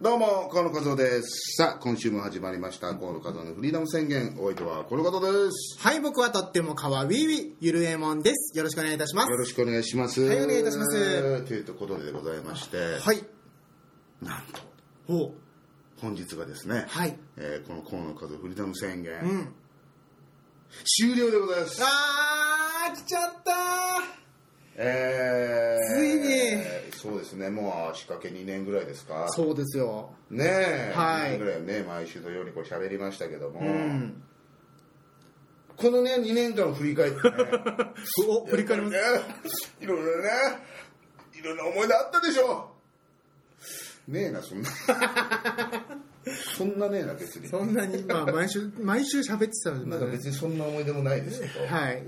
どうも、河野和夫です。さあ、今週も始まりました、河野和夫のフリーダム宣言、お相手はこの方です。はい、僕はとってもかわウィウィ、ゆるえもんです。よろしくお願いいたします。よろしくお願いします。はいお願いいたしますということでございまして、はい。なんと、ほう。本日がですね、はい。えーこの河野和夫フリーダム宣言、うん。終了でございます。あー、来ちゃったえー、ついにそうですね、もう仕掛け2年ぐらいですか。そうですよ。ねえ、は2い年ぐらいね、毎週のようにこう喋りましたけども、うん。このね、2年間を振り返ってね、お、振り返ります。いろいろね、いろんな思い出あったでしょ。ねえな、そん な。そんなねえな、別に。そんなに、まあ、毎週、毎週喋ってたので、なまんかだね別にそんな思い出もないですけど、はい。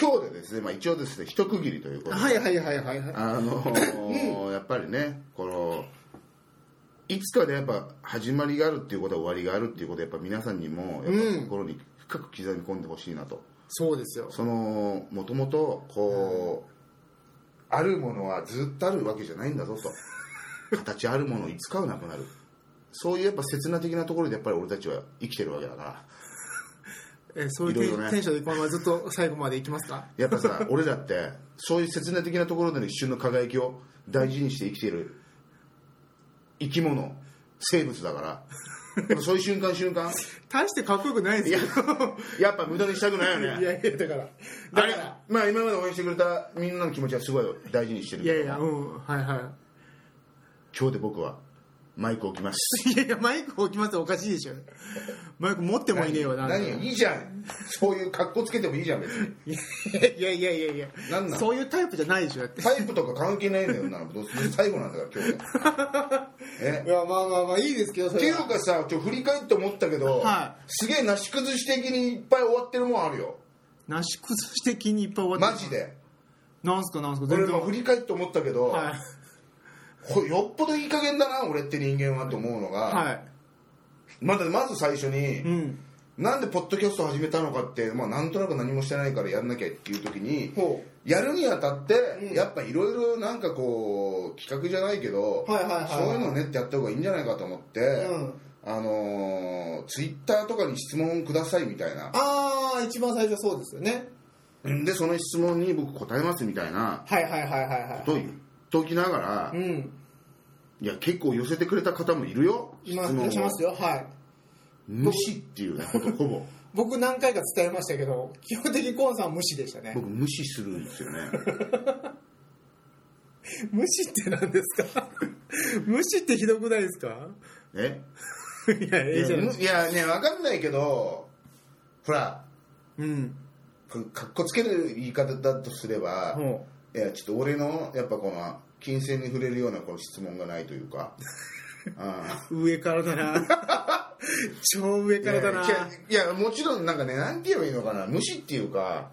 今日でですね、まあ一応ですね、一区切りということで、はいはいはいはいはい。あのーやっぱりね、この、いつかね、やっぱ始まりがあるっていうことは終わりがあるっていうことは、やっぱ皆さんにも、やっぱ心に深く刻み込んでほしいなと。そうですよ。そのもともとこう、あるものはずっとあるわけじゃないんだぞと形あるものいつかはなくなるそういうやっぱ刹那的なところでやっぱり俺たちは生きてるわけだからえーそういいろいろねうテンションでこのままずっと最後までいきますかやっぱ さ俺だってそういう刹那的なところでの一瞬の輝きを大事にして生きてる生き物生物だからそういう瞬間瞬 間大してかっこよくないですよ。やっぱ無駄にしたくないよねいやいや、だから。あだれから。まあ今まで応援してくれたみんなの気持ちはすごい大事にしてるいけどやいや、うん。はいは今日で僕はマイク置きますい。いやいや、マイク置きますとおかしいでしょ。マイク持ってもいねえよな。何何いいじゃんそういう格好つけてもいいじゃん別にいやいやいやいやなんなの そういうタイプじゃないでしょだってタイプとか関係ないんだよなどうせ最後なんだから今日 がえいやまあまあまあいいですけどそっていれうはかさちょっと振り返って思ったけど、はすげえなし崩し的にいっぱい終わってるもんあるよなし崩し的にいっぱい終わっマてジでなんすかなんすか俺全然も振り返って思ったけど、はいこれよっぽどいい加減だな俺って人間はと思うのが、はまだまず最初に、いうんなんでポッドキャスト始めたのかって、まあ、なんとなく何もしてないからやんなきゃっていう時にほやるにあたって、うんやっぱいろいろなんかこう企画じゃないけど、はいはいはいはいそういうのねってやった方がいいんじゃないかと思って、うんあのツイッター Twitter とかに質問くださいみたいなああ一番最初そうですよねでその質問に僕答えますみたいなはいはいはいはいはことを言っときながら、うんいや結構寄せてくれた方もいるよ質今問出しをますよはい無視っていうねほとほぼ 僕何回か伝えましたけど基本的にコーンさんは無視でしたね僕無視するん ですよね無視って何ですか 無視ってひどくないですか えいやいええやじゃないいやね分かんないけどほらうんかかっこつける言い方だとすれば、ほいやちょっと俺のやっぱこの金銭に触れるようなこの質問がないという かあう上からだな 超上あからだないやいやいやもちろんなんかねなんて言えばいいのかな無視っていうか、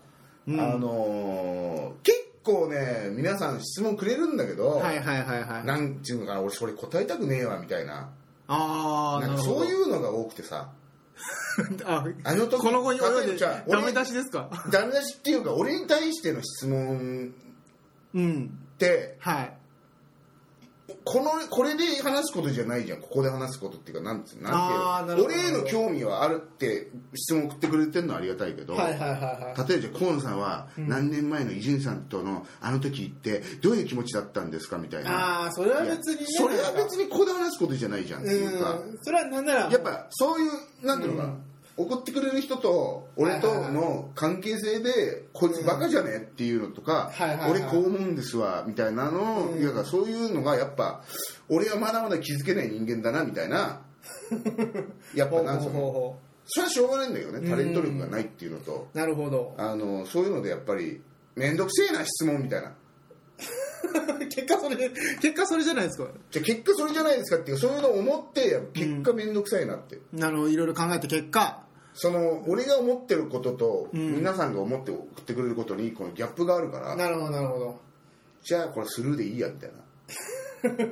うんあのー結構ね皆さん質問くれるんだけど、はいはいはいはい。なんていうのかな俺それ答えたくねえわみたいなああ、なんなかるそほうど。いうのが多くてさ ああの時この後に例泳えいばでじゃあ俺ダメ出しですかダメ出しっていうか俺に対しての質問うん。ってはい。このこれで話すことじゃないじゃんここで話すことっていうかなんつうなあーんてないうるの俺へほどの興味はあるって質問送ってくれてるのはありがたいけど、はいは例えばじゃあ河野さんは何年前の偉人さんとのあの時行ってどういう気持ちだったんですかみたいなああ、それはいや別にね。それは別にここで話すことじゃないじゃんっていうか、うん。それはなんなら、やっぱそういうなんていうのかな、送ってくれる人と俺との関係性でこいつバカじゃねっていうのとかはいはいはい俺こう思うんですわみたいなのをいやそういうのがやっぱ俺はまだまだ気づけない人間だなみたいなやっほぱうなんほそうほうのほそれはしょうがないんだよねタレント力がないっていうのとう。なるほど。 あのそういうのでやっぱり面倒くせえな質問みたいな結果それ、結果それじゃないですか。じゃあ結果それじゃないですかっていうそういうのを思って結果面倒くさいなって。なるほど、いろいろ考えた結果。その俺が思ってることとうん皆さんが思って送ってくれることにこのギャップがあるから、なるほど、なるほど。じゃあこれスルーでいいやみたいなそれ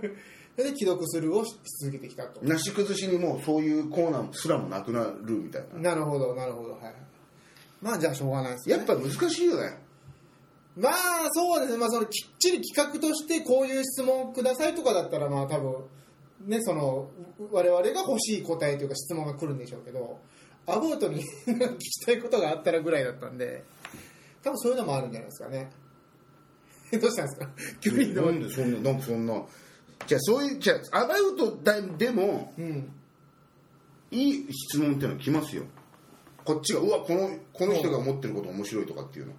で、既読スルーをし続けてきたと。なし崩しにもうそういうコーナーすらもなくなるみたいななるほど、なるほど。はいはい。まあ、じゃあ、しょうがないですねやっぱ難しいよねまあそうですね、まあ、そのきっちり企画としてこういう質問をくださいとかだったらまあ多分ね、その、我々が欲しい答えというか質問が来るんでしょうけど、アボートに 聞きたいことがあったらぐらいだったんで、多分そういうのもあるんじゃないですかね。 どうしたんですか急にどなうんでそんななんかそんなじゃあそういうじゃあアバウトだでもうん。いい質問っていうのは来ますよこっちがうわこのこの人が思ってること面白いとかっていうの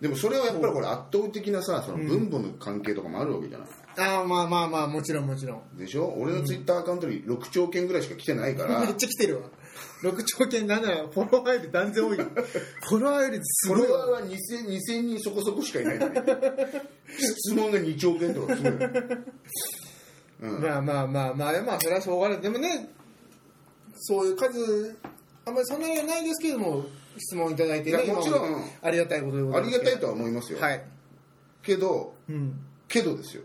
でもそれはやっぱりこれ圧倒的なさその分母の関係とかもあるわけじゃない、ああ、まあまあまあ、もちろんもちろん。でしょ俺のツイッターアカウントに6兆件ぐらいしか来てないか らめっちゃ来てるわ。6兆件なんならフォロワーより断然多いよ。フォロワーよりすフォごいロワわ。ーは 2000, 2000人そこそこしかいないのに質問が2兆件とかすごいのようんまあまあまあまあ、まあ、それはしょうがない。でもね、そういう数、あんまりそんなにはないですけども、質問いただいて、ね、いやもちろん今までありがたいことでござあいまりす。がたいとは思いますよ、はい。けどうん。けどですよ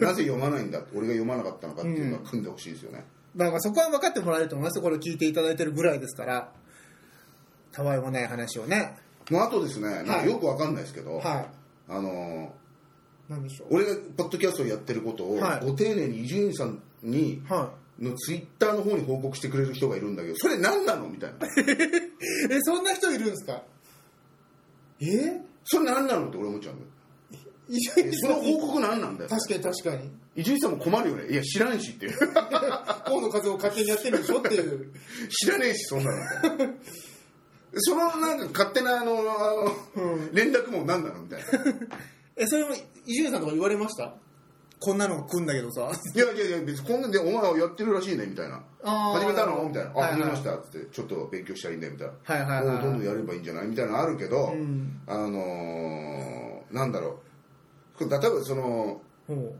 なぜ読まないんだ俺が読まなかったのかっていうのは組んでほしいですよね、まあまあ、そこは分かってもらえると思いますよこれを聞いていただいてるぐらいですから、たわいもない話をね。もうあとですねなんかよくわかんないですけど、はあのい。なんでしょー俺がポッドキャストをやってることを、はいご丁寧に伊集院さんにう。はのツイッターの方に報告してくれる人がいるんだけどそれ何なのみたいない。え、そんな人いるんですかえそれ何なのって俺思っちゃうんだよ伊集え院そさんの報告何なんだよ確かに確かに。伊集院さんも困るよねいや知らんしっていう河野和夫勝手にやってるんでしょっていう。 知らねえしそんなの みたいなそのなんか勝手なあのあの、う連絡も何なのみたい なえ、それも伊集院さんとか言われましたこんなのが来んだけどさ。いやいやいや別にこんなんでお前はやってるらしいねみたいなあー始めたのみたいなあはいはい始めましたっつってちょっと勉強したらいいねみたいはいはいなはいもうどんどんやればいいんじゃないみたいなのあるけどんあのーなんだろうこれ例えばそのほう。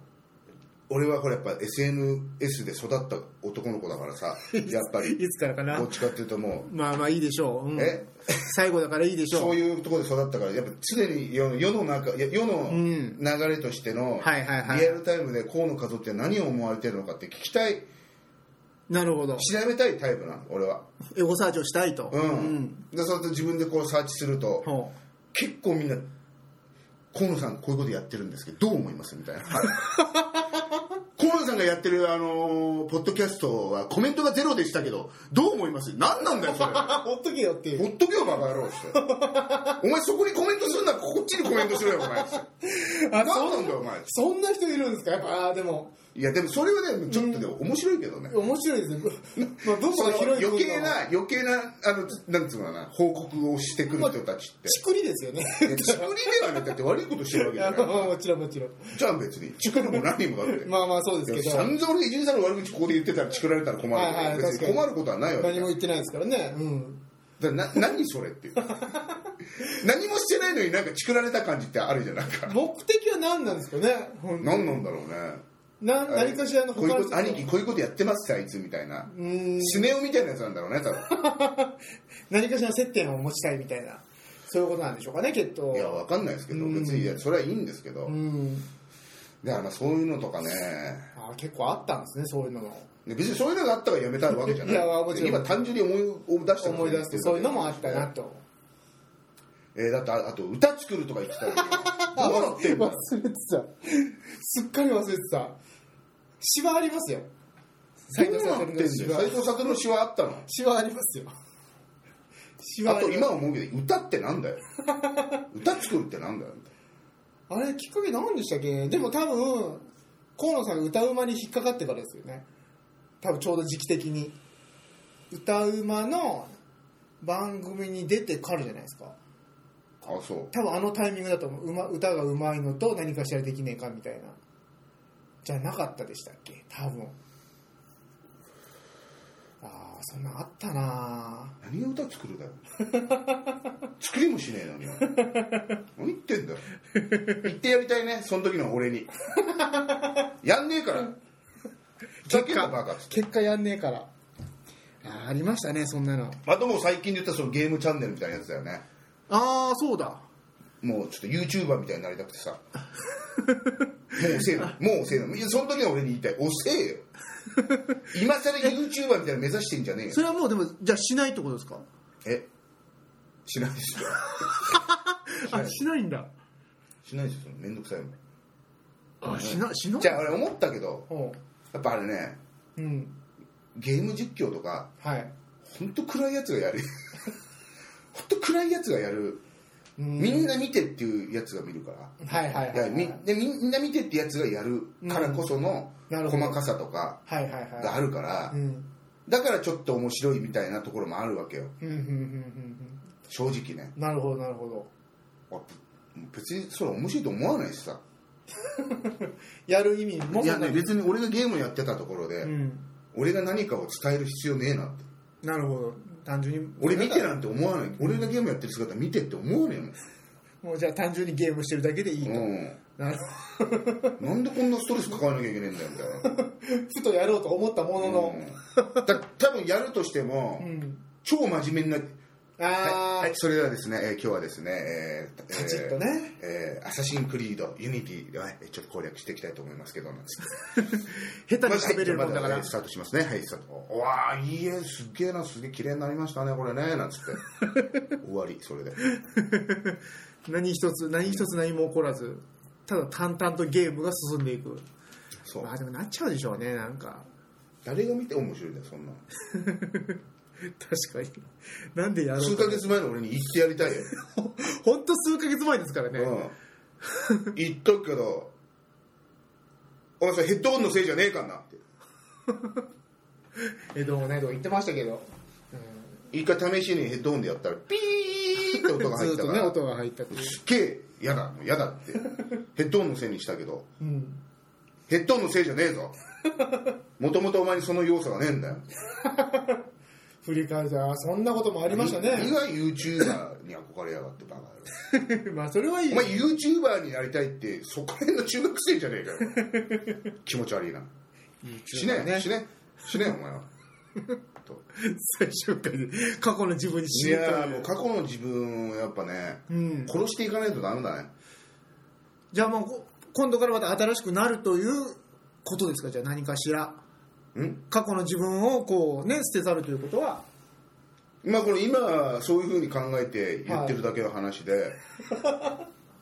俺はこれやっぱ SNS で育った男の子だからさやっぱり いつからかなどっちかっていうともうまあまあいいでしょう。うんえ最後だからいいでしょう。そういうところで育ったからやっぱ常に世の世の中いや世の流んれとしてのはいはいはいリアルタイムで河野和夫って何を思われてるのかって聞きたいなるほど。調べたいタイプなの俺は。エゴサーチをしたいと。うんでそうやって自分でこうサーチするとほ結構みんな「河野さんこういうことやってるんですけどどう思います?」みたいな 河野さんがやってるあのーポッドキャストはコメントがゼロでしたけどどう思います何なんだよそ れう。 ほっとけよっていう。ほっとけよバカ野郎ってお前そこにコメントするならこっちにコメントしろよお前あ何なんだよお前そんな人いるんですかやっぱ、あーでも、いやでもそれはねちょっとね、面白いけどね面白いですね。 まあ、文そ化のが広い余計な余計なあのつなんつうのかな報告をしてくる人たちって ちくりですよね。ちくりではねだって悪いことしてるわけじゃ あないまあもちろんもちろん。じゃあ別に、チクるも何もだって。まあまあそうですけど、散々俺、伊集院さんの悪口ここで言ってたら、チクられたら困るけど。はいはい別確かにに困ることはないわけ何だもか言ってないですからね。うん。らな何それって いう。何もしてないのになんかチクられた感じってあるじゃん、なんか。目的は何なんですかねほん何なんだろうね。な何かしらのこういうのこと、兄貴こういうことやってますってあいつみたいな。うーんスネ夫みたいなやつなんだろうね、多分。何かしら接点を持ちたいみたいなそういうことなんでしょうかねきっといや、わかんないですけど、うん別に、いやそれはいいんですけどう。んだからまあそういうのとかね。あー結構あったんですねそういうのもで別にそういうのがあったからやめたわけじゃない。いやもちろん今単純に思い出したこと思い出すとそういうのもあったなとえーだってああと歌作るとか言ってたよね どうなってん忘だれてたすっかり忘れてた芝ありますよ斎藤どうな悟ってんだのよ芝斎藤悟の詩はあったの芝ありますよ芝ああとります今思うけど歌ってなんだよ歌作るってなんだよあれきっかけ何でしたっけでも多分河野さんが歌うまに引っかかってからですよね多分ちょうど時期的に歌うまの番組に出てからじゃないですかあそう多分あのタイミングだと思ううま歌がうまいのと何かしらできねえかみたいなじゃなかったでしたっけ多分ああそんなんあったな何が歌作るだよ作りもしねえのに何言ってんだよ言ってやりたいねその時の俺にやんねえからふざけんなバカっつって結果やんねえからあーありましたねそんなのあともう最近で言ったらそのゲームチャンネルみたいなやつだよねああそうだもうちょっと YouTuber みたいになりたくてさもう遅えのもう遅えのいやその時は俺に言いたい遅えよ今更 YouTuber みたいなの目指してんじゃねえよそれはもうでもじゃあしないってことですかえしないですよあしないんだしないですよめんどくさいもんあしなしなじゃあ俺思ったけどほうやっぱあれねうんゲーム実況とかはい本当暗いやつがやる 本当暗いやつがやるうんみんな見てっていうやつが見るから、はいはいはいだはからいみでみんな見てってやつがやるからこそのうんなるほど細かさとかはいはいはいがあるからうんだからちょっと面白いみたいなところもあるわけようんうんうんうん正直ねうんなるほどなるほどあ別にそれ面白いと思わないしさやる意味もいやねなく別に俺がゲームやってたところで、うん俺が何かを伝える必要ねえなってなるほど単純に俺見てなんて思わない俺がゲームやってる姿見てって思わねえもんもうじゃあ単純にゲームしてるだけでいいと、うなるほん、なんでこんなストレス抱えなきゃいけねえんだよみたいなどふとやろうと思ったものの、うんだ多分やるとしても、うん超真面目になああ、はい、それではですね、えー今日はですね、えーカチッとねえーえーアサシンクリード、ユニティでは、ね、ちょっと攻略していきたいと思いますけど、なんつって下手にまして喋れるもんだかまらずスタートしますね、はい、スタート。うわー、いいえ、すっげえな、すげえ綺麗になりましたね、これね、なんつ って。終わり、それで。何一つ何一つ何も起こらずただ淡々とゲームが進んでいくそうま。あでもなっちゃうでしょうねなんか誰が見て面白いんだよ、そんなの。確かになんでやろう数ヶ月前の俺に言ってやりたいよ。ほんと数ヶ月前ですからね、うん。言っとくけど、お前それヘッドホンのせいじゃねえかんなって。えどうもねどうも言ってましたけど、一回試しにヘッドホンでやったら、ピーって音が入ずっったとかねら。音が入ったっていう、すっげえ嫌だもう嫌だってヘッドホンのせいにしたけどうん、ヘッドホンのせいじゃねえぞもともとお前にその要素がねえんだよ振り返るとあそんなこともありました何ねが YouTuber に憧れやがってバカ野郎 まあそれはいいお前 YouTuber になりたいってそこら辺の中学生じゃねえかよ気持ち悪いなしねえしねえしねえお前はと最終回で過去の自分にい死ぬとやーいもうう過去の自分をやっぱねうん、殺していかないとダメだねじゃあもうこ今度からまた新しくなるということですかじゃあ何かしらうん過去の自分をこうね捨て去るということはまあこれ今そういうふうに考えて言ってるだけの話で、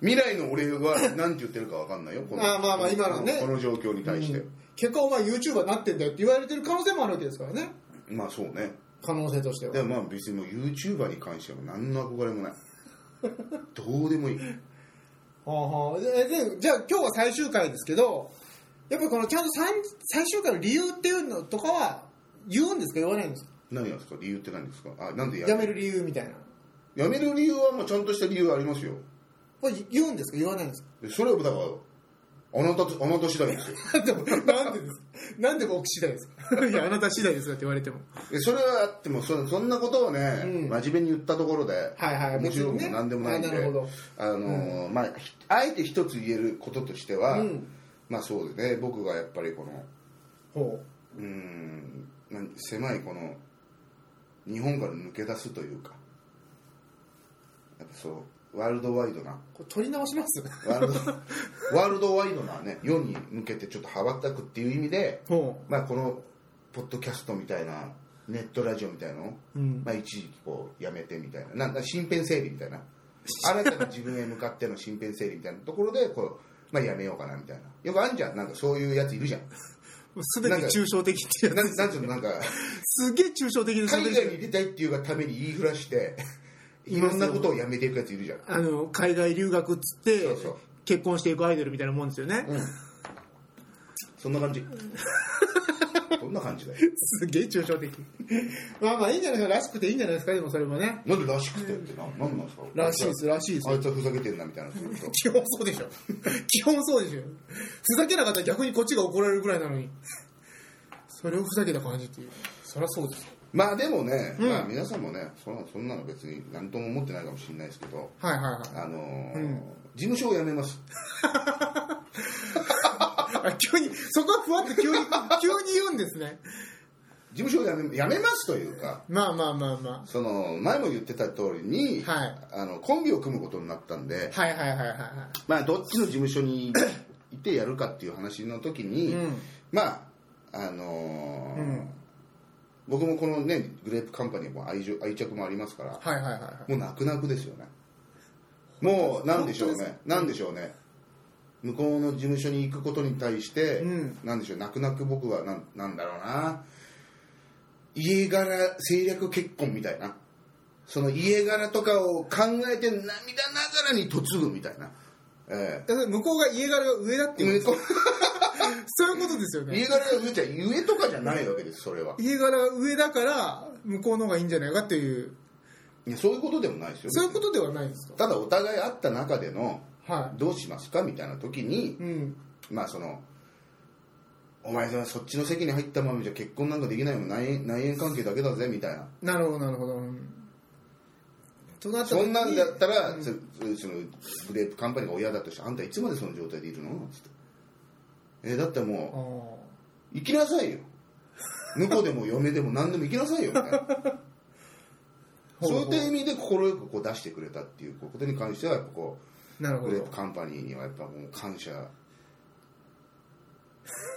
未来の俺は何て言ってるか分かんないよこのあーまあまあ今のねこの状況に対して、結果お前 YouTuber になってんだよって言われてる可能性もあるわけですからねまあそうね可能性としてではもまあ別にもう YouTuber に関しては何の憧れ もないどうでもいいはあはあででじゃあ今日は最終回ですけどやっぱこのちゃんと最最終回の理由っていうのとかは言うんですか言わないんですか何なんですか理由って何ですかあなんでややめる理由みたいなやめる理由はもうちゃんとした理由ありますよこれ言うんですか 言わないんですでそれはだからあなたあなた次第ですよかでもなんでですなんで僕次第ですか いやあなた次第ですよって言われてもでそれはあってもそそんなことをね、うん真面目に言ったところで、はいはいもちろん別にね何でもないんであなるほどあのーまあ、ひあえて一つ言えることとしては、うんまあそうですね僕がやっぱりこのほうーんなん狭いこの日本から抜け出すというかやっぱそうワールドワイドなうこれ取り直しますワ ールドワールドワイドなね世に向けてちょっと羽ばたくっていう意味で、ほまあ、このポッドキャストみたいなネットラジオみたいなのを、うんまあ、一時期こうやめてみたいななんか身辺整理みたい な新たな自分へ向かっての身辺整理みたいなところでこう、まあ、やめようかなみたいなよくあんじゃんなんかそういうやつい るじゃんう全て抽象的っていうなんなんつうの なんかすげえ抽象的です海外に出たいっていうがために言いふら していろんなことをやめていくやついるじゃん、あの海外留学っつってそうそう結婚していくアイドルみたいなもんですよね、うん、そんな感 じどんな感じだよすげえ抽象的 まあまあいいんじゃないですからしくていいんじゃないですかでもそれもねなんでらしくてってななんなんですからしいですらしいですあいつはふざけてんなみたいなずっと基本そうでしょ 基本そうでしょふざけなかったら逆にこっちが怒られるぐらいなのにそれをふざけた感じっていうそりゃそうですよまあでもね、うんまあ、皆さんもねそんなそんなの別に何とも思ってないかもしれないですけど、はいはいはいあのーうん事務所を辞めますあ急にそこはふわっと 急に急に言うんですね事務所を辞め辞めますというかまあまあまあまその前も言ってた通りに、はいあのコンビを組むことになったんで、あはいはいはいはいはまあ、どっちの事務所にいてやるかっていう話の時いに、うんまああのーうん僕もこのねグレープカンパニーも愛情愛着もありますから、はいはいはいはいもう泣く泣くですよねもうなんでしょう本当でねなんでしょうね向こうの事務所に行くことに対して、うんなんでしょう泣く泣く僕はなんなんだろうな家柄政略結婚みたいなその家柄とかを考えて涙ながらに嫁ぐみたいな、えだから向こうが家柄が上だってえいう上とそういうことですよね家柄が上じゃ上とかじゃないわけですそれは家柄が上だから向こうの方がいいんじゃないかっていういやそういうことでもないですよそういうことではないんですただお互い会った中でのかはどうしますかみたいな時にいうんまあそのお前さそっちの席に入ったままじゃ結婚なんかできないもん内縁内縁関係だけだぜみたいななるほどなるほどうんとなったそ時にんなんだったら、そそのグレープカンパニーが親だとしてあんたいつまでその状態でいるのつってえだってあもーう行きなさいよ婿でも嫁でも何でも行きなさいよみ たいなほうそうほういった意味で快くこう出してくれたっていうことに関してはやっぱこなるうほグレーどプカンパニーにはやっぱもう感謝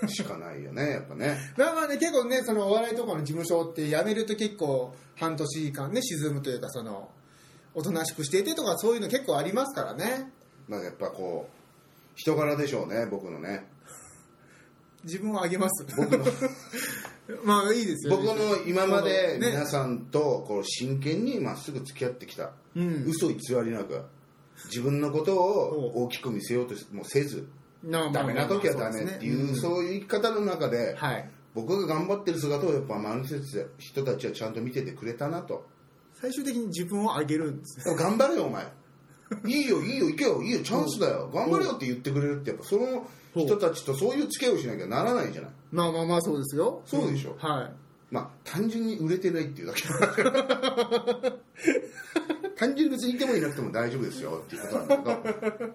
しかないよねやっぱねまあまあね、結構ね、そのお笑いとかの事務所って辞めると結構半年間ね、沈むというか、その、おとなしくしていてとかそういうの結構ありますからね。なんかやっぱこう人柄でしょうね僕のね自分をあげます。 まあいいですよ、僕の今までね皆さんとこう真剣にまっすぐ付き合ってきた、うん嘘偽りなく自分のことを大きく見せようとしもせずなまあダメな時はダメっていう,、まあそういう生き方の中で、ですねんはい。僕が頑張ってる姿をやっぱ周りの人たち人たちはちゃんと見ててくれたなと最終的に自分をあげるんですね。頑張れよお前いいよいいよ行けよいいよチャンスだよ頑張れよって言ってくれるってやっぱその人たちとそういう付き合いをしなきゃならないじゃないまあまあまあそうですよ。そうでしょんはまあ単純に売れてないっていうだ け単純に別にいてもいなくても大丈夫ですよっていうことなんだけどい。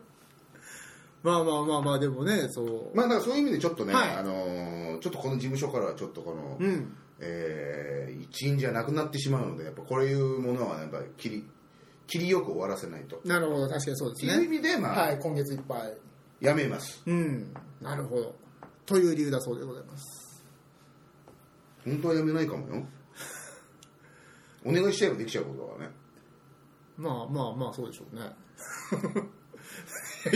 まあまあまあまあ、でもね、そう。まあだからそういう意味でちょっとね、はいあのーちょっとこの事務所からはちょっとこの、うん。えー一員じゃなくなってしまうのでやっぱこういうものはやっぱり切り切りよく終わらせないと、なるほど、確かにそうってでいうす意ね。味でまあ、はい、今月いっぱい。やめますうん。なるほど。という理由だそうでございます。本当はやめないかもよお願いしちゃえばできちゃうことだからねまあまあまあそうでしょうね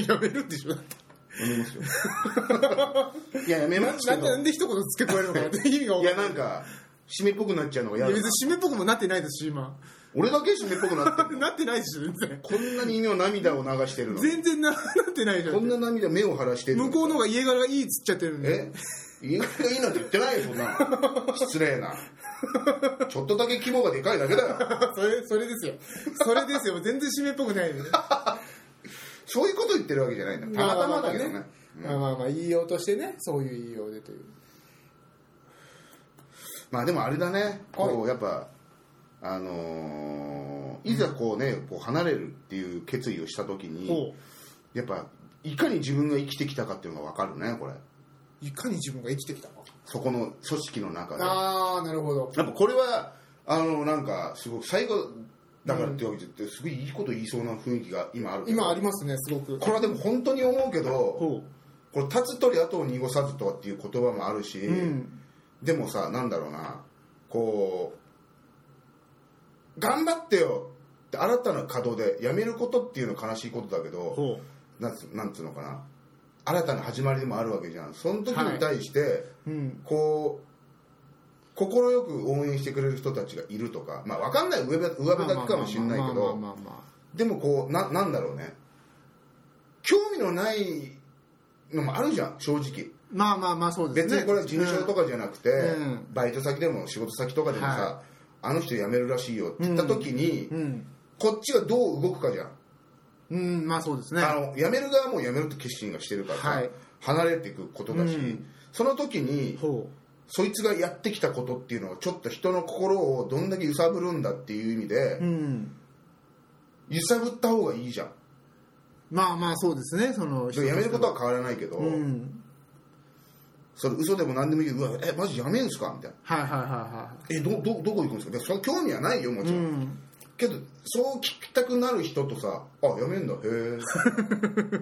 やめるんでしょだってやめます よいややめますなけんどでなんで一言付け加えるのかなって意味がい分かやんないなんか締めっぽくなっちゃうのが嫌いだやな別に締めっぽくもなってないですし今俺だけ締めっぽくなってるなってないでしょ全然こんなに今涙を流してるの全然な なってないじゃこんんな涙目を晴らしてる向こうの方が家柄がいいっつっちゃってるんでえ家柄がいいなんて言ってないよそんなの失礼なちょっとだけ規模がでかいだけだよ それそれですよそれですよ全然締めっぽくないよねそういうこと言ってるわけじゃないんだたまたまだけどねまあまあまあまあ言いようとしてねそういう言いようでというまあでもあれだねこうやっぱあのーいざこうねこう離れるっていう決意をした時にほやっぱいかに自分が生きてきたかっていうのが分かるねこれういかに自分が生きてきたかそこの組織の中でああなるほどやっぱこれはあのなんかすごく最後だからってわけじゃなくてすごいいいこと言いそうな雰囲気が今あるけど今ありますねすごくこれはでも本当に思うけどほこれ「立つ鳥後を濁さず」とかっていう言葉もあるし、ううんでもさなんだろうなこう頑張ってよって新たな門出やめることっていうのは悲しいことだけどほうなんつなんつうのかな新たな始まりでもあるわけじゃんその時に対して、うんこう快く応援してくれる人たちがいるとか、まあ、分かんない上辺上辺だけかもしれないけまあどまあまあまあまあまあでもこうななんだろうね興味のないのもあるじゃん正直まあまあまあそうですね別にこれは事務所とかじゃなくて、うんうんバイト先でも仕事先とかでもさ、はあの人辞めるらしいよって言った時に、うん、こっちがどう動くかじゃん、うん、まあそうですねあの辞める側も辞めるって決心がしてるからさ、はい離れていくことだし、うんその時にほそいつがやってきたことっていうのはちょっと人の心をどんだけ揺さぶるんだっていう意味でう、うん、揺さぶった方がいいじゃんまあまあそうですねそのやめることは変わらないけど、うんそれ嘘でも何でもいいけどうわえマジやめんすかみたいなはいはいはいはえどどどこ行くんですかでその興味はないよもいちうろん、んけどそう聞きたくなる人とさあやめんだへえ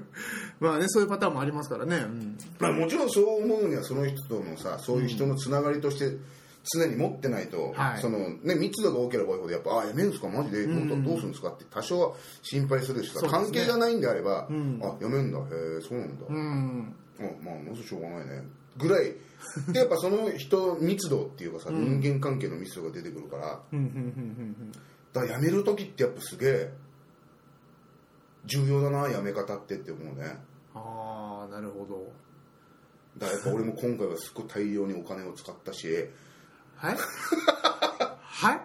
まあねそういうパターンもありますからね、うん、まあもちろんそう思うにはその人とのさそういう人のつながりとして常に持ってないと、はいそのね、密度が多ければ多いほどやっぱ「ああやめるんですかマジで本当どうするんですか?」って多少は心配するしさ、そうですね関係がないんであれば「うんあやめるんだへえそうなんだ、うんうんまあまずしょうがないね」ぐらいでやっぱその人密度っていうかさ、人間関係の密度が出てくるからうんうんうんうんだからやめる時ってやっぱすげえ重要だなやめ方ってって思うねああなるほどだからやっぱ俺も今回はすごい大量にお金を使ったしはい はい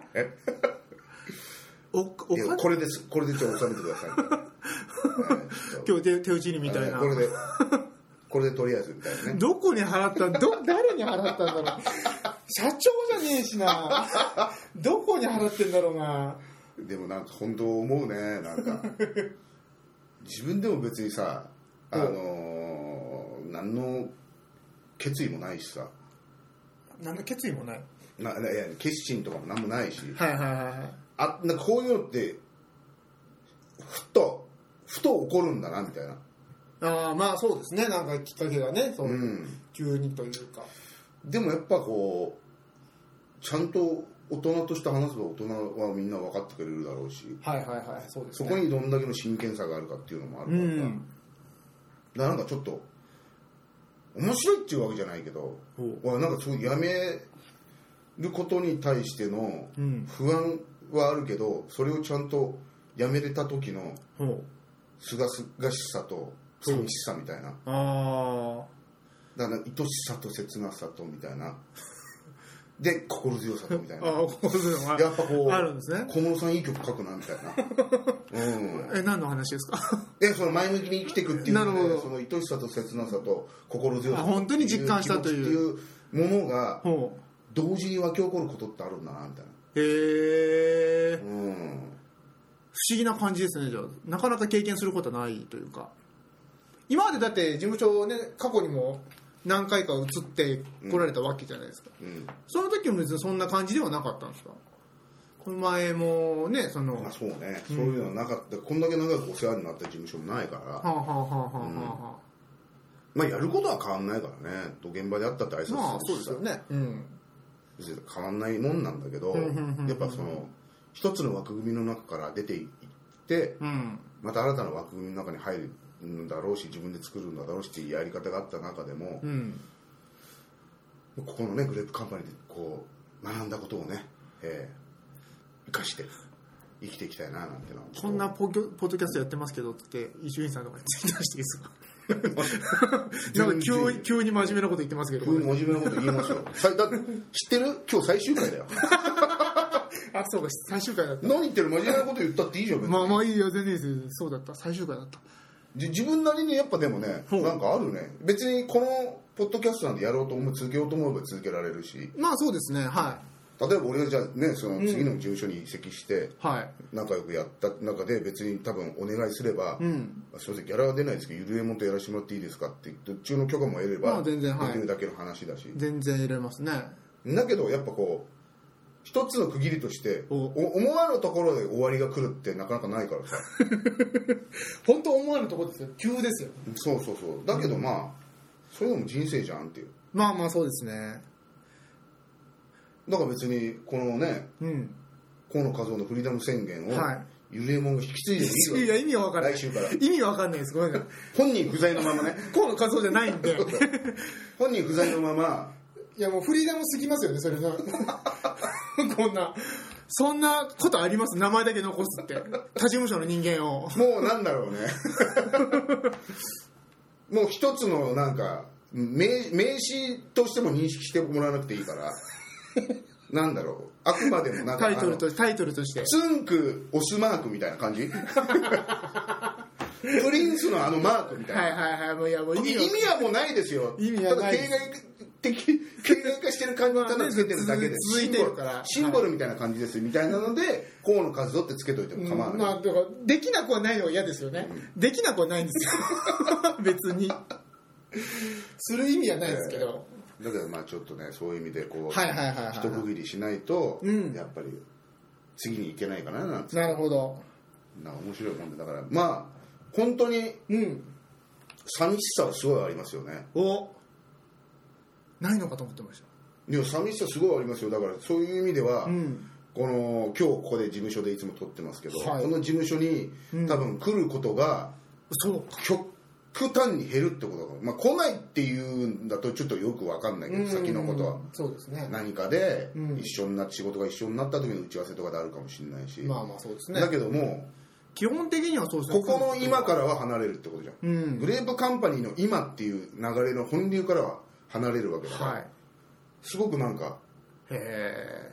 おおいや金これですこれでちょっと収めてく ださいはいちょっと今日手手打ちにみたいなこれでこれでとりあえずみたいなねどこに払ったど誰に払ったんだろう社長じゃねえしなどこに払ってんだろうなでもなんか本当思うねなんか自分でも別にさあのー何の決意もないしさ何の決意もないなないや決心とかも何もないしはいはいはいはいあなんかこういうのってふとふと起こるんだなみたいなああまあそうですねなんかきっかけがねそう、うん急にというかでもやっぱこうちゃんと大人として話せば大人はみんな分かってくれるだろうしはいはいはいそうですそねこにどんだけの真剣さがあるかっていうのもあるうからさ、んだからなんかちょっと面白いっていうわけじゃないけどおうわなんかすごいやめることに対してのうん不安はあるけどそれをちゃんとやめれた時のほうすがすがしさと寂しさみたいな、あだから愛しさと切なさとみたいな で心強さとみたいーなあーこういうのやっぱこうあるんですね小室さんいい曲書くなみたい なうんえ何の話ですか でその前向きに生きていくっていうなるほどその愛しさと切なさと心強さあ本当に実感したといううっていうものがほ同時に湧き起こることってあるんだなみたいなうへえ不うん思議な感じですねじゃあなかなか経験することはないというか今までだって事務所ね過去にも何回か移って来られたわけじゃないですか、うんその時も別にそんな感じではなかったんですかこの前もねその、まあそうね、そういうのはなかったこんだけ長くお世話になった事務所もないからはあはあはあはあはあはまあやることは変わんないからねと現場であったって挨拶あ、まあすそうるでしさすよねうん別に変わんないもんなんだけどうんうんうんうんやっぱその一つの枠組みの中から出ていってうんまた新たな枠組みの中に入るんだろうし自分で作るんだろうしっていうやり方があった中でもうんここのねグレープカンパニーでこう学んだことをね、えー、生かして生きていきたいななんてのはこんなポキョポッドキャストやってますけどって伊集院さんとかにツイッターしていいですか なんか急に急に真面目なこと言ってますけどこういう真面目なこと言います よさだって知ってる今日最終回だよあそうか最終回だった何言ってる真面目なこと言ったっていいじゃん、別にまあまあいいよ全然いいですそうだった最終回だったじ自分なりにやっぱでもねほうなんかあるね別にこのポッドキャストなんてやろうと思う続けようと思えば続けられるしまあそうですねは例えば俺がじゃあねその次の事務所に移籍していはい仲良くやった中で別に多分お願いすれば、うんすいませんギャラは出ないですけどゆるえもんとやらせてもらっていいですかってどっちの許可も得れまばあで全然はいきるだけの話だし、全然入れますねだけどやっぱこう一つの区切りとしておお思わぬところで終わりが来るってなかなかない からさ本当思わぬとこですよ急ですよそうそうそうだけどまあそういうのも人生じゃんっていうまあまあそうですねだから別にこのねうん河野和夫のフリーダム宣言を、はいゆるえもんが引き継いでいいわいや意味が分からない来週から意味が分かんないですごめんなさい本人不在のままね河野和夫じゃないんで本人不在のままいやもうフリーダムすぎますよねそれな こんなそんなことあります名前だけ残すって他事務所の人間をもうなんだろうね もう一つのなんか名名詞としても認識してもらわなくていいからなんだろうあくまでもなんかタイトルあのとタイトルとしてツンクオスマークみたいな感じ プリンスのあのマークみたいな、はいはいはいもういやもう意意味味がはもうないですよ意味はないただ形骸的形骸化してる感じをただつけてるだけで続いてるからシンボルシンボルみたいな感じですみたいなので河野和夫ってつけといても構わうんない、まあだからできなくはないのが嫌ですよね、できなくはないんです よ別にする意味はないですけど、だけどまあちょっとねそういう意味でこう、はいはいはいはい一区切りしないと、うんやっぱり次に行けないかななんてなるほどなんか面白いもんでだからまあ本当にうん寂しさはすごいありますよねおないのかと思ってましたでも寂しさすごいありますよだからそういう意味では、うんこの今日ここで事務所でいつも撮ってますけど、はいこの事務所にうん多分来ることがそうか極端に減るってことか、まあ、来ないっていうんだとちょっとよく分かんないけど、先のことはうんそうですね何かでうん一緒になって仕事が一緒になった時の打ち合わせとかであるかもしれないし、まあまあそうですねだけども基本的にはそうですねここの今からは離れるってことじゃん、うんグレープカンパニーの今っていう流れの本流からは離れるわけだから、はいすごくなんかへえ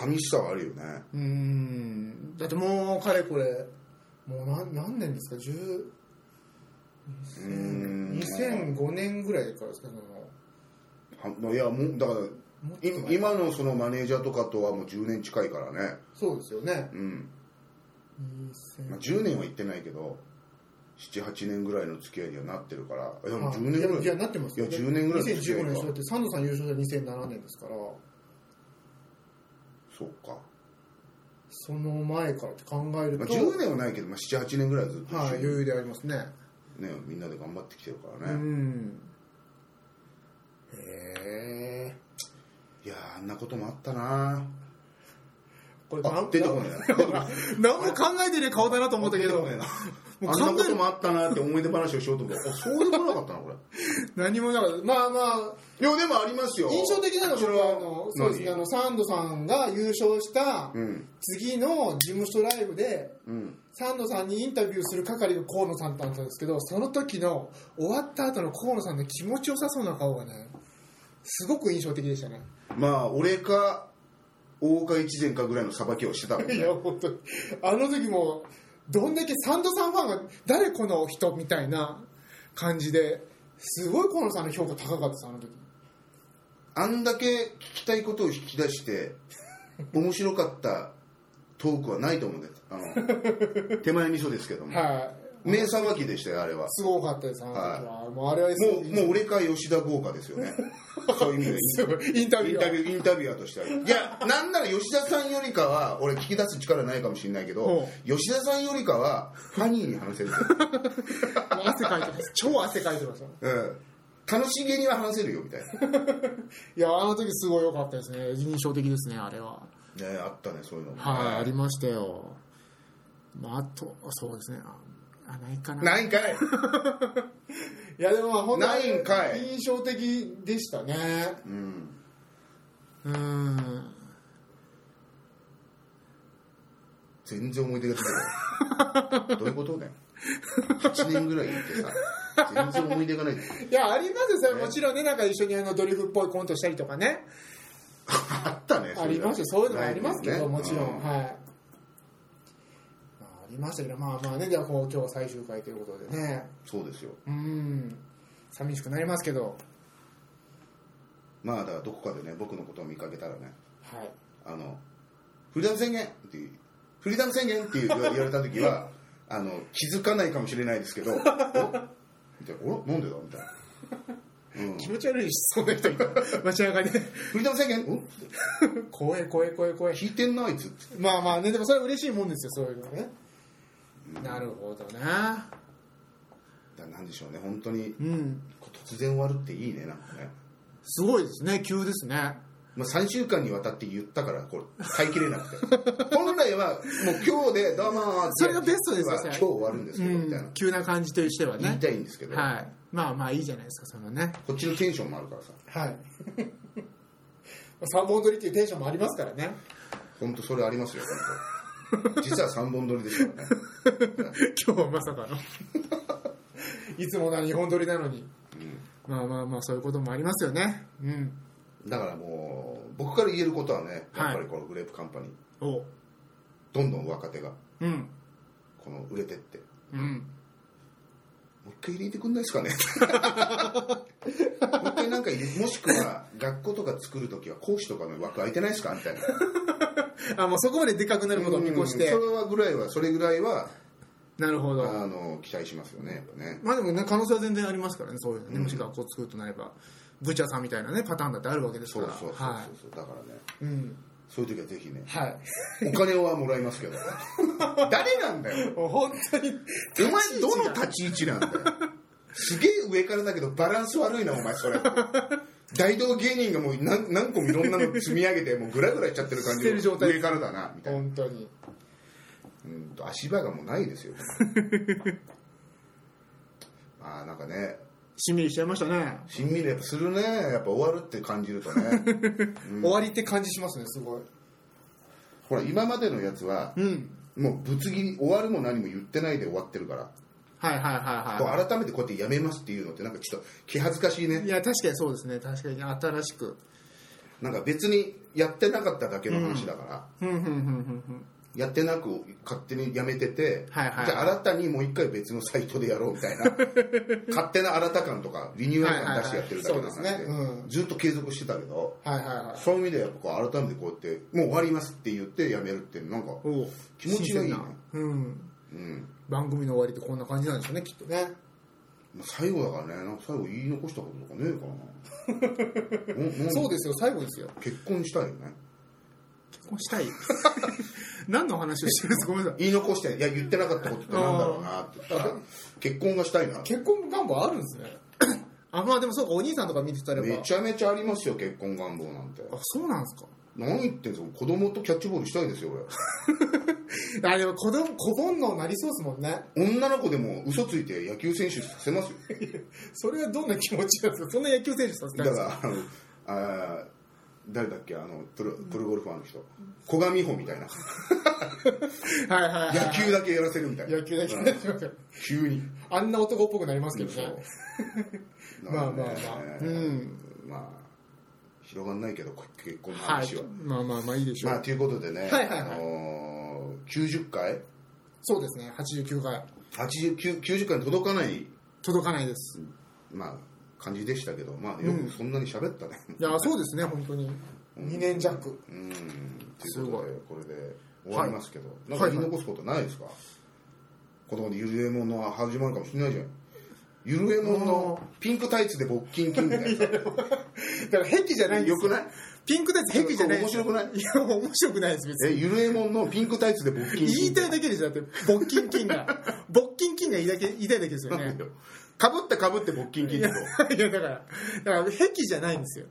寂しさはあるよねうーんだってもうかれこれもう何何年ですか10うーん2005年ぐらいからですかそのはいやもうだからもっとい前今のそのマネージャーとかとはもう10年近いからね、そうですよねうん2000まあ、10年は行ってないけど78年ぐらいの付き合いにはなってるからいやもうはい10年ぐらいいやいやなってますよいや10年ぐらいの付き合い2015か年そうやってサンドさん優勝した2007年ですからそうか、その前からって考えるまあ、と10年はないけど、まあ、78年ぐらいはずっと一は緒い余に、裕でありますねね、みんなで頑張ってきてるかうらね、んへえいやーあんなこともあったなこれあ出てこないな何も考えてねえ顔だなと思ったけど出てこないなもうあんな考こともあったなって思い出話をしようと思ってあそうでもなかったなこれえ何もなかったまあまあいやでもありますよ印象的なのはそ僕れははあのそうですねあ何のサンドさんが優勝したうん次の事務所ライブでうんサンドさんにインタビューする係が河野さんだったんですけどその時の終わった後の河野さんの気持ちよさそうな顔がねすごく印象的でしたねまあ俺か大岡一善かぐらいのさばきをしてたも んいねや本当にあの時もどんだけサンドさんファンが誰この人みたいな感じですごい河野さんの評価高かったですあの時あんだけ聞きたいことを引き出して面白かったトークはないと思うんですあの手前味噌ですけどもはい名さばきでしたよあれはすごかったですあの時は、もうあれはもうもう俺か吉田豪華です よねそういう意味でインタイビュンーはタビューインタビュアーとしては。い や、なんなら吉田さんよりかは、俺聞き出す力ないかもしれないけどほ、吉田さんよりかは、ファニーに話せ る。もう汗かいてます超汗かいてましたうん。楽しげには話せるよ、みたいな。いやあの時すごい良かったですね印象的ですねあれはね、あったね、そういうのも。はいありましたよ、まあ、あとそうですねああないかなないんかい。いやでもまあ本当にないんかい印象的でしたねうん。うーん全然思い出がないどういうことね。8年ぐらい行ってさ、全然思い出がない。いやありますよそれはもちろんねなんか一緒にあのドリフっぽいコントしたりとかねあったね、ありますよそういうのもありますけど、もちろん、はいはいまあありましたけどまあまあねじゃあこう今日は最終回ということでねそうですよ。うーん寂しくなりますけどまあ、だからどこかでね、僕のことを見かけたらね、はいあの、フリーダム宣言っていう、フリーダム宣言っていう言 われた時は、あの、気づかないかもしれないですけど、 おみたいな、おなんでだみたいな。うん、気持ち悪いしそうな人 いた街中でフリーダム宣言お怖え怖え怖え怖え聞いてんなあいつって。まあまあねでもそれは嬉しいもんですよそういうのはね、なるほどなだなんでしょうね、本当に、うん突然終わるっていいね、なんかね。すごいですね急ですねまあ、3週間にわたって言ったから、これ、耐えきれなくて。 本来は、もう今日で、どうもーってそれがベストですよそれ今日終わるんですうけど、みたいんな。急な感じとしては言いねたいんですけど、はいまあまあいいじゃないですかそのねこっちのテンションもあるからさ。はい三本取りっていうテンションもありますからね本当それありますよ、本当。実は3本撮りですからね。 今日はまさかの いつもな日本取りなのに、まあまあまあそういうこともありますよねうんだからもう僕から言えることはねはやいっぱりこのグレープカンパニー、おどんどん若手がうんこの売れてってもうんう一回入れてくんないです かねもう一回なんか入れもしくは学校とか作るときは講師とかの枠空いてないですかみたいなあもうそこまででかくなることを見越してうんそれはぐらいはそれぐらいはなるほどあの期待しますよねやっぱねまあでもね可能性は全然ありますからねそういうのね、もし学校作るとなればブチャさんみたいなねパターンだってあるわけですそかうらそうそうそう、はそうだからねい、うんそういう時はぜひねはい、お金はもらいますけど誰なんだよもう 本当にお前どの立ち位置なんだよすげえ上からだけどバランス悪いなお前それど大道芸人がもう何何個もいろんなの積み上げてもうグラグラいっちゃってる感しじてる状態上からだなみたいな本当にうんと足場がもうないですよまあなんかねしんみりしちゃいましたね、しんみりやっぱするねやっぱ終わるって感じるとね 終わりって感じしますねすごいほら今までのやつはうんもうぶつ切り終わるも何も言ってないで終わってるからはいはいはいこはう改めてこうやってやめますっていうのってなんかちょっと気恥ずかしいいいねや確かにそうですね確かに新しくなんか別にやってなかっただけの話だから、ふんふんふんふんふんやってなく勝手にやめてて、はいはいじゃあ新たにもう一回別のサイトでやろうみた いな勝手な新た感とかリニューアル感出してやってるだけなはいんはいではいそうですねうんずっと継続してたけどはいはいはいそういう意味ではこう改めてこうやってもう終わりますって言ってやめるってなんか、お気持ちがいいね新鮮なうんうん、番組の終わりってこんな感じなんでしょうねきっとねまあ最後だからねなんか最後言い残したこととかねえ かなおなんそうですよ最後ですよ結婚したいよね結婚したい 何の話をしてるんですか ごめんなさい言い残していや言ってなかったことってなんだろうなって言ったら結婚がしたいな結婚願望あるんですねあまあでもそうかお兄さんとか見てたらばめちゃめちゃありますよ結婚願望なんてあそうなんですか何言ってんすか子供とキャッチボールしたいですよあでも子供子煩悩になりそうですもんね俺女の子でも嘘ついて野球選手させます よそれはどんな気持ちなんですかそんな野球選手させただいんかですからあのあー誰だっけあのプロプロゴルファーの人古賀美穂みたい なはいはいはい野球だけやらせるみたいな野球だけうやんってますよ急にあんな男っぽくなりますけどねま まああままあまあまああ、うん、まあ広がんないけどこ結婚の話は、まあまあまあいいでしょう、まあということでね、はいはいはいあのー、90回そうですね89回89 90回に届かない、届かないですまあ、感じでしたけど、まあ、よくそんなに喋 ったね、いやそうですね本当に2年弱うんということでこれで終わりますけど、いなんか言い残すことないですか、このままでゆるえもんの始まるかもしれないじゃんゆるえもんのピンクタイツで勃起キンみた いなだから壁じゃないんですよくないピンクタイツ壁じゃない面白くないいや面白くないです別にえゆるえもんのピンクタイツで勃起言いたいだけでしょだって勃金金が 勃金金が言いだけ言いたいだけですよねかぶってかぶって勃起キいンやといやだからだから壁じゃないんですよ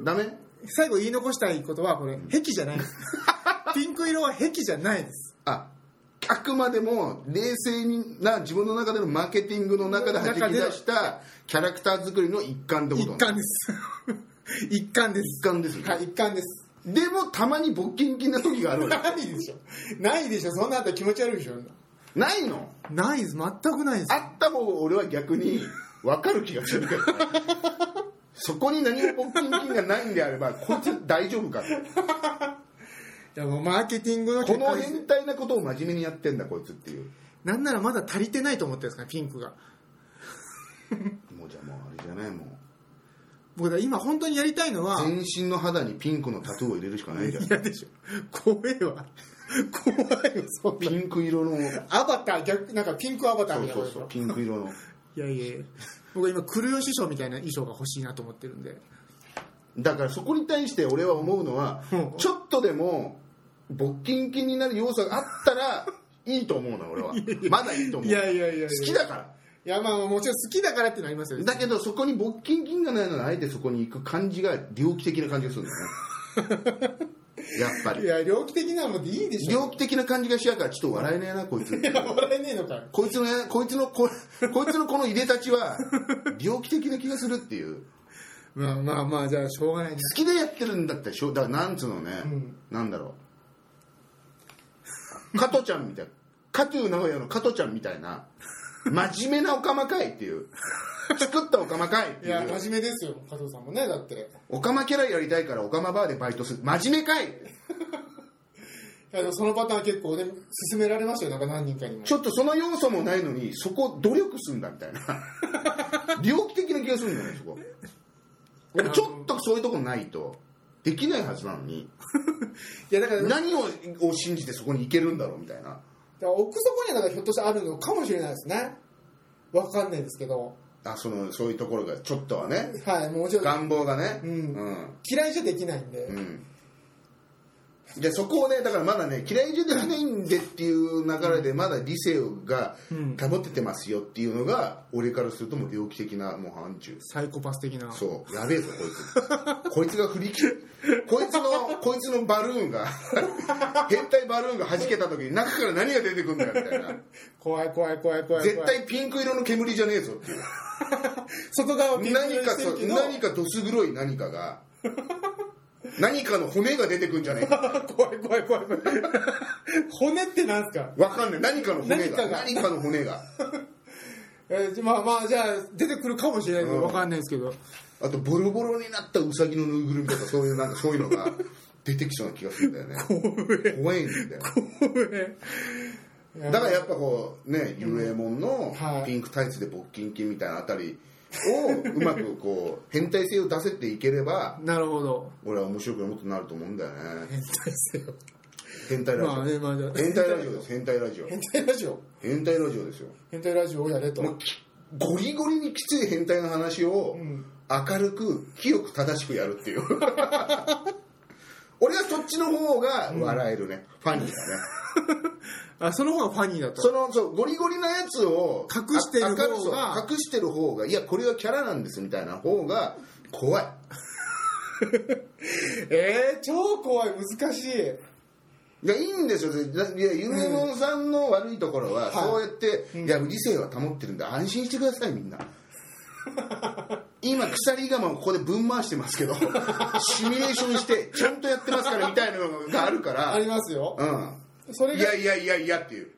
ダメ最後言い残したいことはこれ壁じゃないです ピンク色は壁じゃないですああくまでも冷静な自分の中でのマーケティングの中で弾き出したキャラクター作りの一環ってこ一と貫です 一貫です一環ですよねはい一貫ですでもたまに勃起キンな時があるわないでしょないでしょそんなあったら気持ち悪いでしょけ ないのないです全くないですあった方が俺は逆に分かる気がするからそこに何も勃起キンがないんであればこいつ大丈夫かっていやもうマーケティングのこ結の果です変態なことを真面目にやってんだこいつっていうなんならまだ足りてないと思ってるんですかねピンクがもうじゃあもうあれじゃないもう僕だから今本当にやりたいのは全身の肌にピンクのタトゥーを入れるしかないんじゃない嫌でしょ怖えわ怖いよそ んピンク色のなアバター逆なんかピンクアバターそうみたいそなうそうピンク色のいやいやいや僕今クルヨ師匠みたいな衣装が欲しいなと思ってるんでだからそこに対して俺は思うのはうんちょっとでも勃起筋になる要素があったらいいと思うの俺はま だいいと思ういやいやいやいや好きだかいやまあもちろん好きだからっていうのありますよらねだけどそこに勃起筋がないのにあえてそこに行く感じが猟奇的な感じがするんだよ ねやっぱいりや猟奇的なのでいいでしょ猟奇的な感じがしやからちょっと笑えねえなこいついや笑えねえのかよこいつのやこいつのここいつのこのいでたちは猟奇的な気がするっていうまあまあまあじゃあしょうがないです好きでやってるんだったらしょだからなんつうのね、うんなんだろう加トちゃんみたいな加藤名古屋の加トちゃんみたいな真面目なオカマかいっていう作ったオカマかいっていいやう真面目ですよ加藤さんもねだってオカマキャラやりたいからオカマバーでバイトする真面目かいいやでもそのパターン結構ね勧められましたよなんか何人かにもちょっとその要素もないのにそこ努力すんだみたいな 猟奇的な気がするんだよねそこやっぱちょっとそういうとこないとできないはずなのにいやだからだか何をを信じてそこに行けるんだろうみたいなら奥底にはだからひょっとしてあるのかもしれないですねわかんないですけどあそのそういうところがちょっとはねはいもちろん願望がねうん嫌いじゃできないんで、うんうんでそこをねだからまだね嫌いじゃないんでっていう流れでまだ理性がうん保ててますよっていうのが俺からするともう猟奇的なもう範疇サイコパス的なそうやべえぞ こいつこいつが振り切るこいつのこいつのバルーン が変態バルーンが弾けた時に中から何が出てくるんだよみたいな怖い怖い怖い怖い怖い絶対ピンク色の煙じゃねえぞっていう外側を何かそそ何かどす黒い何かが何かの骨が出てくんじゃねえか怖い怖い怖い怖い骨ってなんすか、わかんない何かの骨が何かが何かの骨がえーじゃまあまあじゃあ出てくるかもしれないけうどんわかんないですけ どあとボロボロになったウサギのぬいぐるみとかそういうなんかそういうのが出てきそうな気がするんだよね怖いんだよだからやっぱこうね幽霊門のはいピンクタイツで勃起金みたいなあたりをうまくこう変態性を出せていければなるほど俺は面白くもっとなると思うんだよね変態ですよ変態ラジまあねまあじゃあオ変態ラジオです変態ラジオ変態ラジオ変態ラジオですよ変態ラジオをやれともうきゴリゴリにきつい変態の話をん明るく清く正しくやるっていう 俺はそっちの方が笑えるね、ファニーだねあその方がファニーだとそのそうゴリゴリなやつを隠してる方があ明るそう隠してる方がいやこれがキャラなんですみたいな方が怖いえー、超怖い難しいいやいいんですよだいやゆめもんさんの悪いところは、そうやって、いや理性は保ってるんで安心してください みんな今鎖釜をここでぶん回してますけどシミュレーションしてちゃんとやってますからみたいなのがあるかあらりますようそんれいがやいやいやいやっていう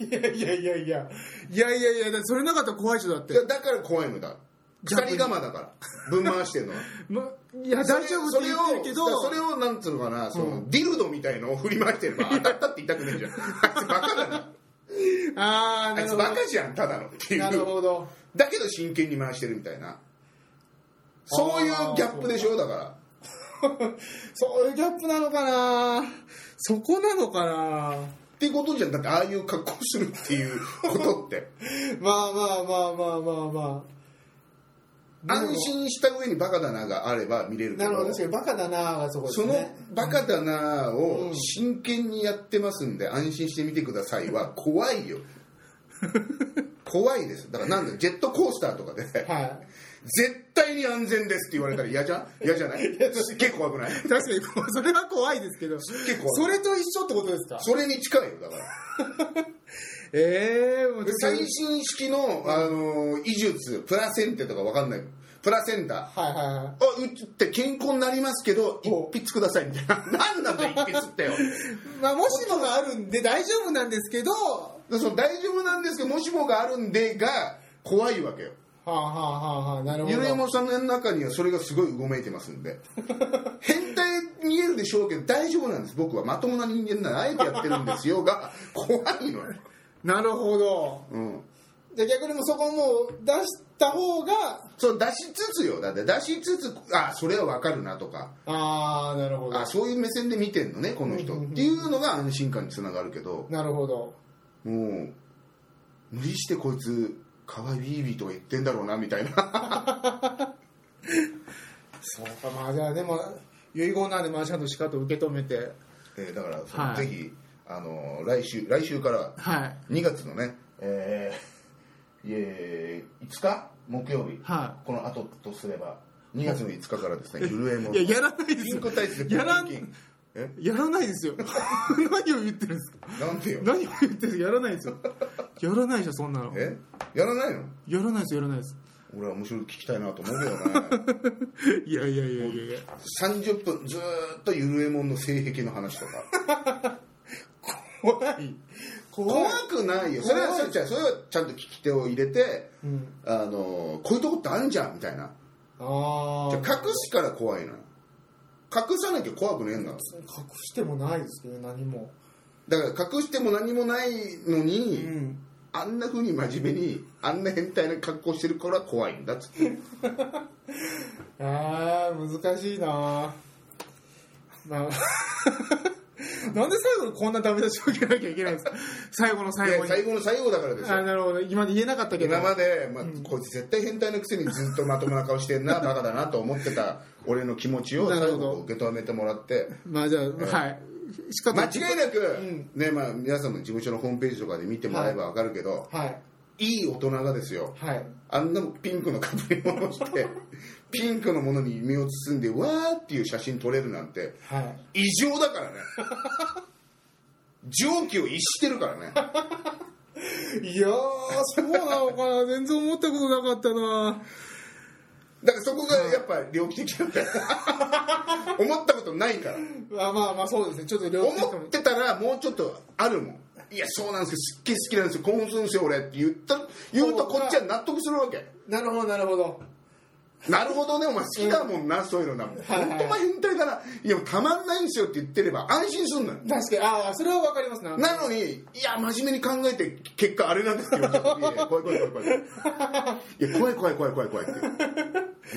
いやいやいやいやいやいやいやだってそれなかったら怖い人だっいてやだから怖いのだ鎖釜だからぶん回してるのはま、いや大丈夫って言ってるけどそれをそれをなんつうのかなその、ディルドみたいのを振り回してれば当たったって痛くねえじゃんあいつバカだなあああないるつほバどカじゃんただのっていなるうほどだけど真剣に回してるみたいなそういうギャップでしょだからそういうギャップなのかなそこなのかなっていうことじゃんだってああいう格好するっていうことって まあまあまあまあまあまあ安心した上にバカだながあれば見れるけなどるほど確かにバカだながそこですそねのバカだなうをん真剣にやってますんで安心してみてください は怖いよ怖いですだからなんだジェットコースターとかでは絶対に安全ですって言われたら嫌じゃん嫌 じゃないすっげえ怖くないい確かにこうそれは怖いですけどげえ怖いそれと一緒ってことですかそれに近いよだからええー、もう最新式の、あのー医術プラセンテとかわかんないプラセンタあはいはいは打って健康になりますけど一ほう筆くださいみたいな 何なんだ一筆 ってよい、まあ、もしもがあるんで大丈夫なんですけどはでその大丈夫なんですけどもしもがあるんでが怖いわけよあはあはあはあなるほどゆるやもさんの中にはそれがすごいうごめいてます んで変態見えるでしょうけど大丈夫なんです僕はまともな人間ならあえてやってるんですよが 怖いのよ、なるほどうん、じゃあ逆にもうそこをもう出した方がそう出しつつよだって出しつつあそれはわかるなとかああなるほどあそういう目線で見てんのねこの人っていうのが安心感につながるけどなるほどもう無理してこいつかわいビービーとか言ってんだろうなみたいな そうかまあじゃあでも遺言なんでまあちゃんとしかと受け止めてえーだからその、はぜいひあのー来週来週からはい2月のね、えーえー5日木曜日、はこの後とすれば2月の5日からですね、ゆるえもんいややらないですピンよクタイツでやらんピンキンえやらないですよ 何を言ってるんですかなんてよ何を言ってるんですかやらないですよやらないでしょそんなのやえやらないのらないですやらないです俺は面白い聞きたいなと思うけどねいやいやいやいやいや30分ずーっとゆるえもんの性癖の話 とか怖い怖い怖くないよそれは怖いそっちゃんそれはちゃんと聞き手を入れて、うんあのーこういうとこってあるじゃんみたいなあじあゃあ隠すから怖いのよ隠さなきゃ怖くねえんだ隠してもないですけど何もだから隠しても何もないのに、うんあんなふうに真面目にあんな変態な格好してるから怖いんだっつってあー難しいなあ まあなんで最後にこんなダメ出しを受けなきゃいけないんですか最後のい最後やに最後の最後だからですよあなるほど今まで言えなかったけど今まで、まあこいつ絶対変態のくせにずっとまともな顔してんなバカだなと思ってた俺の気持ちをな最るほど後受け止めてもらってまあじゃあ、はいしか間違いなく、んねまあ、皆さんの事務所のホームページとかで見てもらえば分かるけど、はいい、い大人がですよはいあんなピンクの被り物をしてピンクのものに身を包んでわーっていう写真撮れるなんてはい異常だからね常軌を逸してるからねいやー、そうなのかな。全然思ったことなかったな。だからそこがやっぱ猟奇的なんだよ 思ったことないからまあまあまあそうですねちょっと両方思ってたらもうちょっとあるもんいやそうなんですけどすっげえ好きなんですよ興奮するんですよ俺って言った言うとこっちは納得するわけなるほどなるほどなるほどねお前好きだもんな、そういうのなもんはいはい本当お前変態だないやたまんないんですよって言ってれば安心すんのよ確かにああそれはわかりますななのにいや真面目に考えて結果あれなんですよいや怖い怖い怖い怖いいや怖い怖い怖い怖い怖いって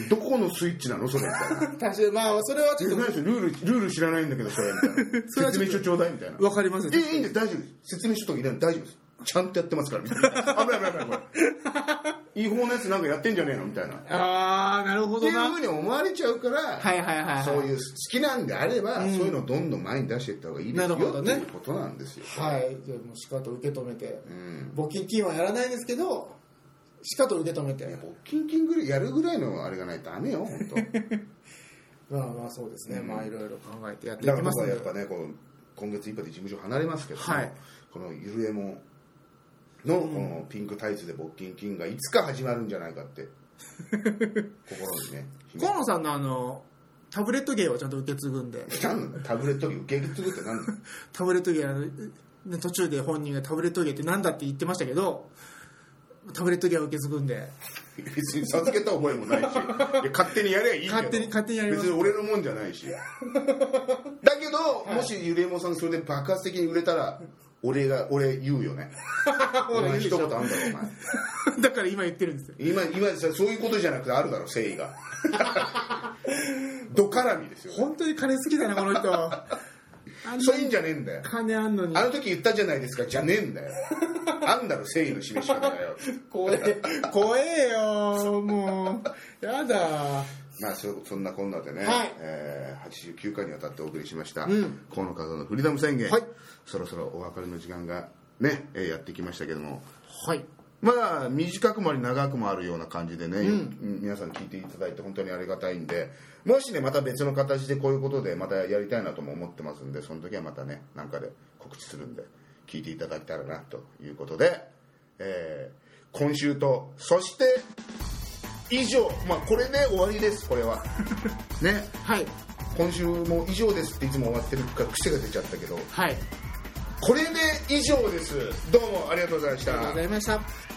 どこのスイッチなのそれみたいな確かにまあそれはちえょっと何それルールルール知らないんだけどそれみたいなそれはち説ょっと明書ちょうだいみたいなわかりますえいいんです大丈夫です説明書とかいらない大丈夫ですちゃんとやってますからみたいな危ない危ない危ない危ない違法なやつなんかやってんじゃねえのみたいなってあー、なるほいどうな。ふうに思われちゃうから、はいはいはいはい。そういう好きなんであれば、そういうのをどんどん前に出していった方がいいですよ、なるほどねっていうことなんですよ、はいじゃあもうしかと受け止めてうん、募金金はやらないですけどしかと受け止めてキンキンぐらいやるぐらいのあれがないとダメよ本 当だかまあまあそうですね、うんまあいろいろ考えてやっていらきま僕すはんでやっぱねこの今月いっぱいで事務所離れますけども、はいこのゆるえものこのピンクタイツで募金金がいつか始まるんじゃないかって心に ね河野さんのあの、タブレット芸はちゃんと受け継ぐんで、何なんだタブレット機受け継ぐって何なんだタブレット芸あの、ね途中で本人がタブレット芸ってなんだって言ってましたけど、タブレット芸は受け継ぐんで、別に授けた覚えもないしいや勝手にやりゃいいけど勝手に勝手にやります別に俺のもんじゃないしだけど、もしゆりえもんさんそれで爆発的に売れたら俺が俺言う よねお前一言あんだろお前だから今言ってるんですよ。今今さそういうことじゃなくてあるだろ誠意が どからみですよ本当に金好きだな、この人。あんそうないうんじゃねえんだよ金あんのにあ。の時言ったじゃないですかじゃねえんだよあんだろ誠意の示し方だよ怖え、怖えよ、もう。やだ。まあ、そそんなこんなでね、はいえー89回にわたってお送りしました、ん河野和夫のフリーダム宣言、はいそろそろお別れの時間が、ねえーやってきましたけども、はい。まあ、短くもあり長くもあるような感じでね、皆さん聞いていただいて本当にありがたいんでもしねまた別の形でこういうことでまたやりたいなとも思ってますんでその時はまたねなんかで告知するんで聞いていただけたらなということで、えー今週とそして以上、まあ、これで終わりですこれ はねはい。今週も以上ですっていつも終わってるから癖が出ちゃったけどはい。これで以上ですどうもありがとうございましありがとうたございました。